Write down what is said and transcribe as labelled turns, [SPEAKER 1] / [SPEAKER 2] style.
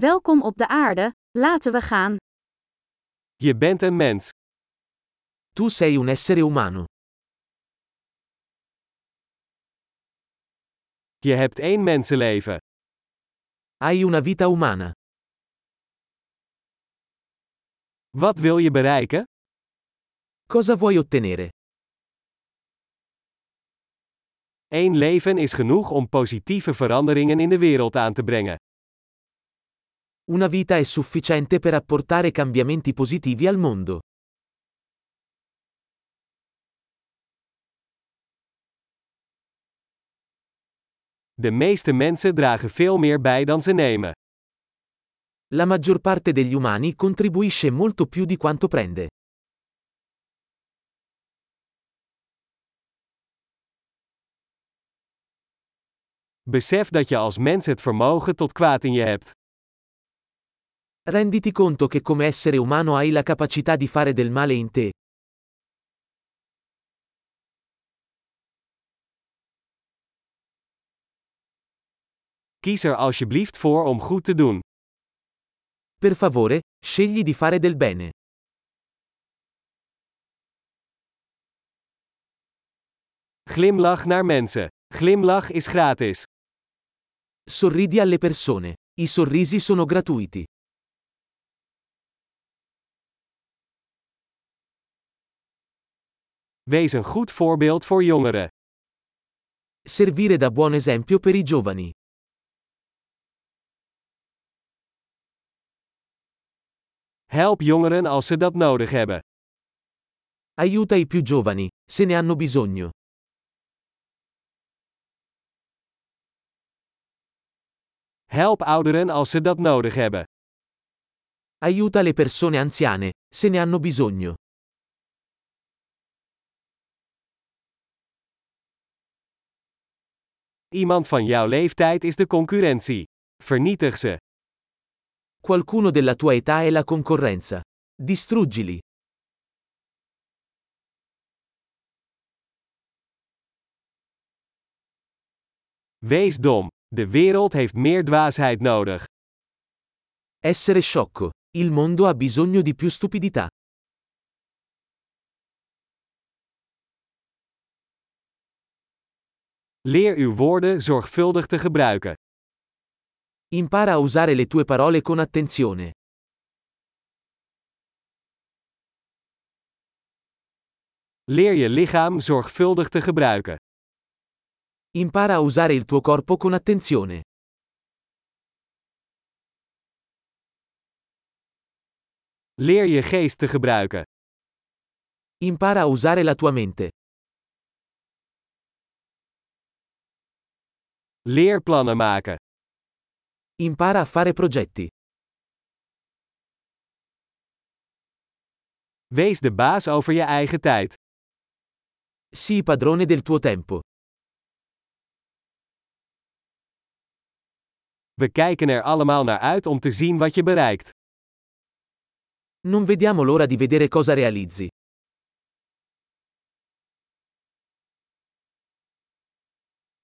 [SPEAKER 1] Welkom op de aarde, laten we gaan.
[SPEAKER 2] Je bent een mens.
[SPEAKER 3] Tu sei un essere umano.
[SPEAKER 2] Je hebt één mensenleven.
[SPEAKER 3] Hai una vita umana.
[SPEAKER 2] Wat wil je bereiken?
[SPEAKER 3] Cosa vuoi ottenere?
[SPEAKER 2] Eén leven is genoeg om positieve veranderingen in de wereld aan te brengen.
[SPEAKER 3] Una vita è sufficiente per apportare cambiamenti positivi al mondo.
[SPEAKER 2] De meeste mensen dragen veel meer bij dan ze nemen.
[SPEAKER 3] La maggior parte degli umani contribuisce molto più di quanto prende.
[SPEAKER 2] Besef dat je als mens het vermogen tot kwaad in je hebt.
[SPEAKER 3] Renditi conto che come essere umano hai la capacità di fare del male in te.
[SPEAKER 2] Kies er alsjeblieft voor om goed te doen.
[SPEAKER 3] Per favore, scegli di fare del bene.
[SPEAKER 2] Glimlach naar mensen. Glimlach is gratis.
[SPEAKER 3] Sorridi alle persone. I sorrisi sono gratuiti.
[SPEAKER 2] Wees een goed voorbeeld voor jongeren.
[SPEAKER 3] Servire da buon esempio per i giovani.
[SPEAKER 2] Help jongeren als ze dat nodig hebben.
[SPEAKER 3] Aiuta i più giovani, se ne hanno bisogno.
[SPEAKER 2] Help ouderen als ze dat nodig hebben.
[SPEAKER 3] Aiuta le persone anziane, se ne hanno bisogno.
[SPEAKER 2] Iemand van jouw leeftijd is de concurrentie. Vernietig ze.
[SPEAKER 3] Qualcuno della tua età è la concorrenza. Distruggili.
[SPEAKER 2] Wees dom. De wereld heeft meer dwaasheid nodig.
[SPEAKER 3] Essere sciocco. Il mondo ha bisogno di più stupidità.
[SPEAKER 2] Leer uw woorden zorgvuldig te gebruiken.
[SPEAKER 3] Impara a usare le tue parole con attenzione.
[SPEAKER 2] Leer je lichaam zorgvuldig te gebruiken.
[SPEAKER 3] Impara a usare il tuo corpo con attenzione.
[SPEAKER 2] Leer je geest te gebruiken.
[SPEAKER 3] Impara a usare la tua mente.
[SPEAKER 2] Leer plannen maken.
[SPEAKER 3] Impara a fare progetti.
[SPEAKER 2] Wees de baas over je eigen tijd.
[SPEAKER 3] Sii padrone del tuo tempo.
[SPEAKER 2] We kijken er allemaal naar uit om te zien wat je bereikt.
[SPEAKER 3] Non vediamo l'ora di vedere cosa realizzi.